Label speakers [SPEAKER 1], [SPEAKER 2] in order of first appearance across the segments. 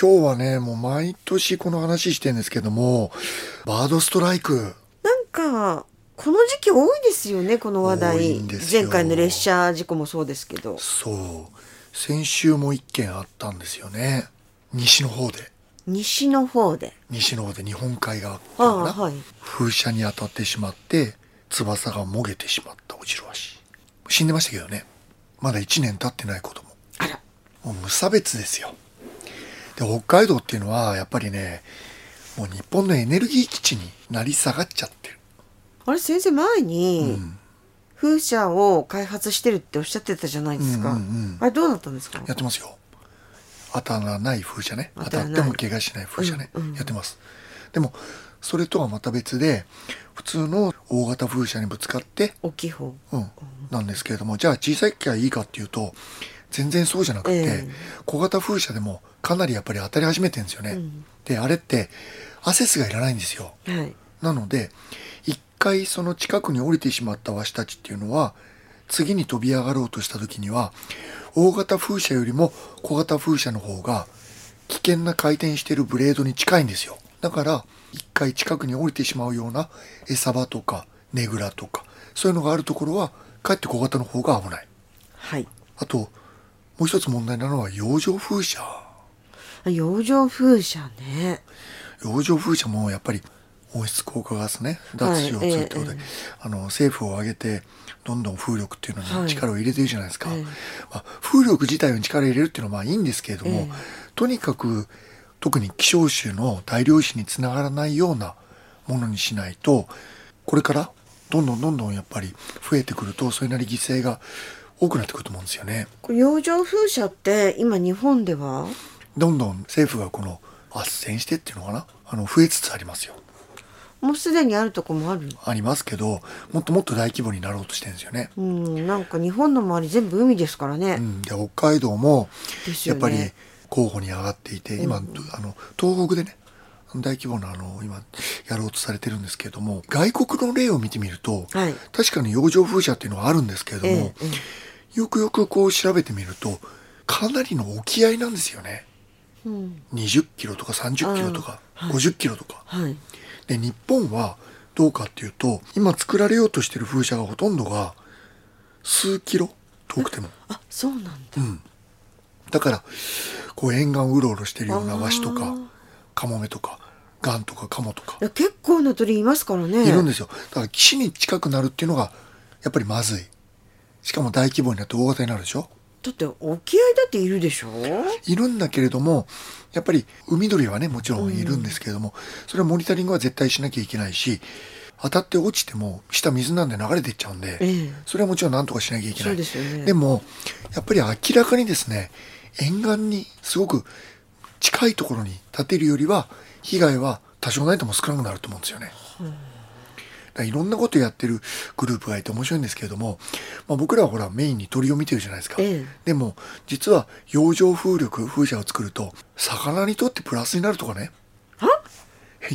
[SPEAKER 1] 今日はね、もう毎年この話してんですけども、バードストライク。
[SPEAKER 2] なんか、この時期多いですよね、この
[SPEAKER 1] 多
[SPEAKER 2] 話
[SPEAKER 1] い
[SPEAKER 2] 題
[SPEAKER 1] んですよ
[SPEAKER 2] 前回の列車事故もそうですけど。
[SPEAKER 1] そう。先週も一件あったんですよね。西の方で。
[SPEAKER 2] 西の方で。
[SPEAKER 1] 西の方で日本海側っていう
[SPEAKER 2] あ
[SPEAKER 1] の
[SPEAKER 2] あ、
[SPEAKER 1] かな
[SPEAKER 2] はい。
[SPEAKER 1] 風車に当たってしまって、翼がもげてしまったオジロワシ。死んでましたけどね。まだ1年経ってない子供。
[SPEAKER 2] あら。
[SPEAKER 1] もう無差別ですよ。で、北海道っていうのは、やっぱりね、もう日本のエネルギー基地になり下がっちゃってる。
[SPEAKER 2] あれ先生前
[SPEAKER 1] う
[SPEAKER 2] に
[SPEAKER 1] ん。
[SPEAKER 2] 風車を開発してるっておっしゃってたじゃないですか。
[SPEAKER 1] うんうんうん
[SPEAKER 2] あれどうなったんですか
[SPEAKER 1] やってますよ。当たらない風車ね。
[SPEAKER 2] 当
[SPEAKER 1] 当
[SPEAKER 2] た
[SPEAKER 1] た
[SPEAKER 2] ら
[SPEAKER 1] っ
[SPEAKER 2] ない
[SPEAKER 1] ても怪我しない風車ね。
[SPEAKER 2] うんうん
[SPEAKER 1] やってます。でも、それとはまた別で、普通の大型風車にぶつかって、
[SPEAKER 2] 大きい方。
[SPEAKER 1] うん、なんですけれども、じゃあ小さい時はいいかっていうと、全然そうじゃなくて、
[SPEAKER 2] ええ
[SPEAKER 1] 小型風車でもかなりやっぱり当たり始めてるんですよね。
[SPEAKER 2] うん
[SPEAKER 1] で、あれって、アセスがいらないんですよ。
[SPEAKER 2] はい。
[SPEAKER 1] なので、一回その近くに降りてしまったワシたちっていうのは、次に飛び上がろうとした時には、大型風車よりも小型風車の方が危険な回転してるブレードに近いんですよ。だから、一回近くに降りてしまうような餌場とか、ねぐらとか、そういうのがあるところは、かえって小型の方が危ない。
[SPEAKER 2] はい。
[SPEAKER 1] あと、もう一つ問題なのは、洋上風車。
[SPEAKER 2] あ洋上風車ね。
[SPEAKER 1] 洋上風車もやっぱり温室効果ガスね脱 CO2
[SPEAKER 2] はいええ
[SPEAKER 1] ってことで、
[SPEAKER 2] ええ
[SPEAKER 1] あの政府を挙げてどんどん風力っていうの
[SPEAKER 2] は
[SPEAKER 1] に
[SPEAKER 2] い
[SPEAKER 1] 力を入れてるじゃないですか、
[SPEAKER 2] ええ
[SPEAKER 1] まあ、風力自体に力を入れるっていうのはまあいいんですけれども、
[SPEAKER 2] ええ
[SPEAKER 1] とにかく特に希少種の大量種につながらないようなものにしないとこれからどんどんどんどんやっぱり増えてくるとそれなり犠牲が多くなってくると思うんですよね。
[SPEAKER 2] これ洋上風車って今日本では
[SPEAKER 1] どんどん政府がこの斡旋してっていうのかなあの増えつつありますよ。
[SPEAKER 2] もうすでにあるとこもある
[SPEAKER 1] ありますけどもっともっと大規模になろうとしてるんですよね。
[SPEAKER 2] うん、なんか日本の周り全部海ですからね。
[SPEAKER 1] うん、で北海道も
[SPEAKER 2] です
[SPEAKER 1] や
[SPEAKER 2] よ
[SPEAKER 1] っぱ
[SPEAKER 2] ね
[SPEAKER 1] り候補に上がっていて、今あの東北でね大規模なあの今やろうとされてるんですけれども外国の例を見てみると、
[SPEAKER 2] はい
[SPEAKER 1] 確かに洋上風車っていうのはあるんですけれども、
[SPEAKER 2] えええ
[SPEAKER 1] よくよくこう調べてみるとかなりの沖合なんですよね
[SPEAKER 2] うん、
[SPEAKER 1] 20キロとか30キロとか
[SPEAKER 2] あーはい
[SPEAKER 1] 50キロとか。
[SPEAKER 2] はい。
[SPEAKER 1] で日本はどうかっていうと今作られようとしてる風車がほとんどが数キロ遠くて も
[SPEAKER 2] あ、そうなんだ。
[SPEAKER 1] だからこう沿岸をうろうろしてるようなワシと
[SPEAKER 2] あ
[SPEAKER 1] か
[SPEAKER 2] ー
[SPEAKER 1] カモメとかガンとかカモとか
[SPEAKER 2] いや結構な鳥いますからね。
[SPEAKER 1] いるんですよだから岸に近くなるっていうのがやっぱりまずいしかも大規模になって大型になるでしょ
[SPEAKER 2] だって沖合だっているでしょ。
[SPEAKER 1] いるんだけれどもやっぱり海鳥はねもちろんいるんですけれども、それはモニタリングは絶対しなきゃいけないし当たって落ちても下水なんで流れてっちゃうんで、
[SPEAKER 2] ええ
[SPEAKER 1] それはもちろん何とかしなきゃいけない
[SPEAKER 2] そうですよね
[SPEAKER 1] でもやっぱり明らかにですね沿岸にすごく近いところに建てるよりは被害は多少ないとも少なくなると思うんですよね。だからいろんなことやってるグループがいて面白いんですけれども、まあ、僕らはほらメインに鳥を見てるじゃないですか、
[SPEAKER 2] ええ
[SPEAKER 1] でも実は洋上風力風車を作ると魚にとってプラスになるとかね
[SPEAKER 2] は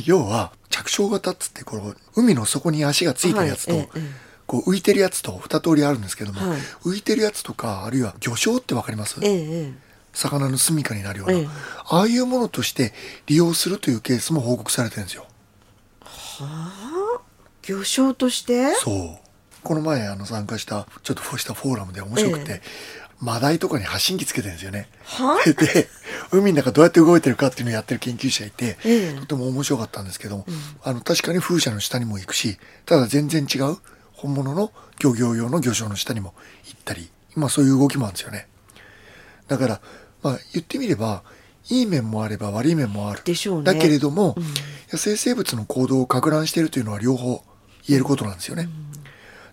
[SPEAKER 1] 要は着床型っつってこの海の底に足がついてるやつと、
[SPEAKER 2] はいええええ
[SPEAKER 1] こう浮いてるやつと二通りあるんですけども、
[SPEAKER 2] はい
[SPEAKER 1] 浮いてるやつとかあるいは魚礁ってわかります
[SPEAKER 2] えええ
[SPEAKER 1] 魚の住処になるような、
[SPEAKER 2] ええ
[SPEAKER 1] ああいうものとして利用するというケースも報告されてるんですよ。
[SPEAKER 2] え、魚礁として。
[SPEAKER 1] そうこの前あの参加したちょっとこうしたフォーラムで面白くて、
[SPEAKER 2] え
[SPEAKER 1] マダイとかに発信機つけてるんですよね。
[SPEAKER 2] は
[SPEAKER 1] で海の中どうやって動いてるかっていうのをやってる研究者いて、
[SPEAKER 2] ええ
[SPEAKER 1] とても面白かったんですけども、あの確かに風車の下にも行くしただ全然違う本物の漁業用の魚礁の下にも行ったり今そういう動きもあるんですよね。だから、まあ、言ってみればいい面もあれば悪い面もある
[SPEAKER 2] でしょうね
[SPEAKER 1] だけれども、
[SPEAKER 2] うん
[SPEAKER 1] 野生生物の行動を攪乱しているというのは両方言えることなんですよね、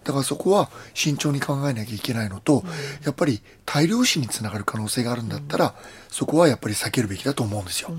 [SPEAKER 1] だからそこは慎重に考えなきゃいけないのと、やっぱり大量死につながる可能性があるんだったら、そこはやっぱり避けるべきだと思うんですよ、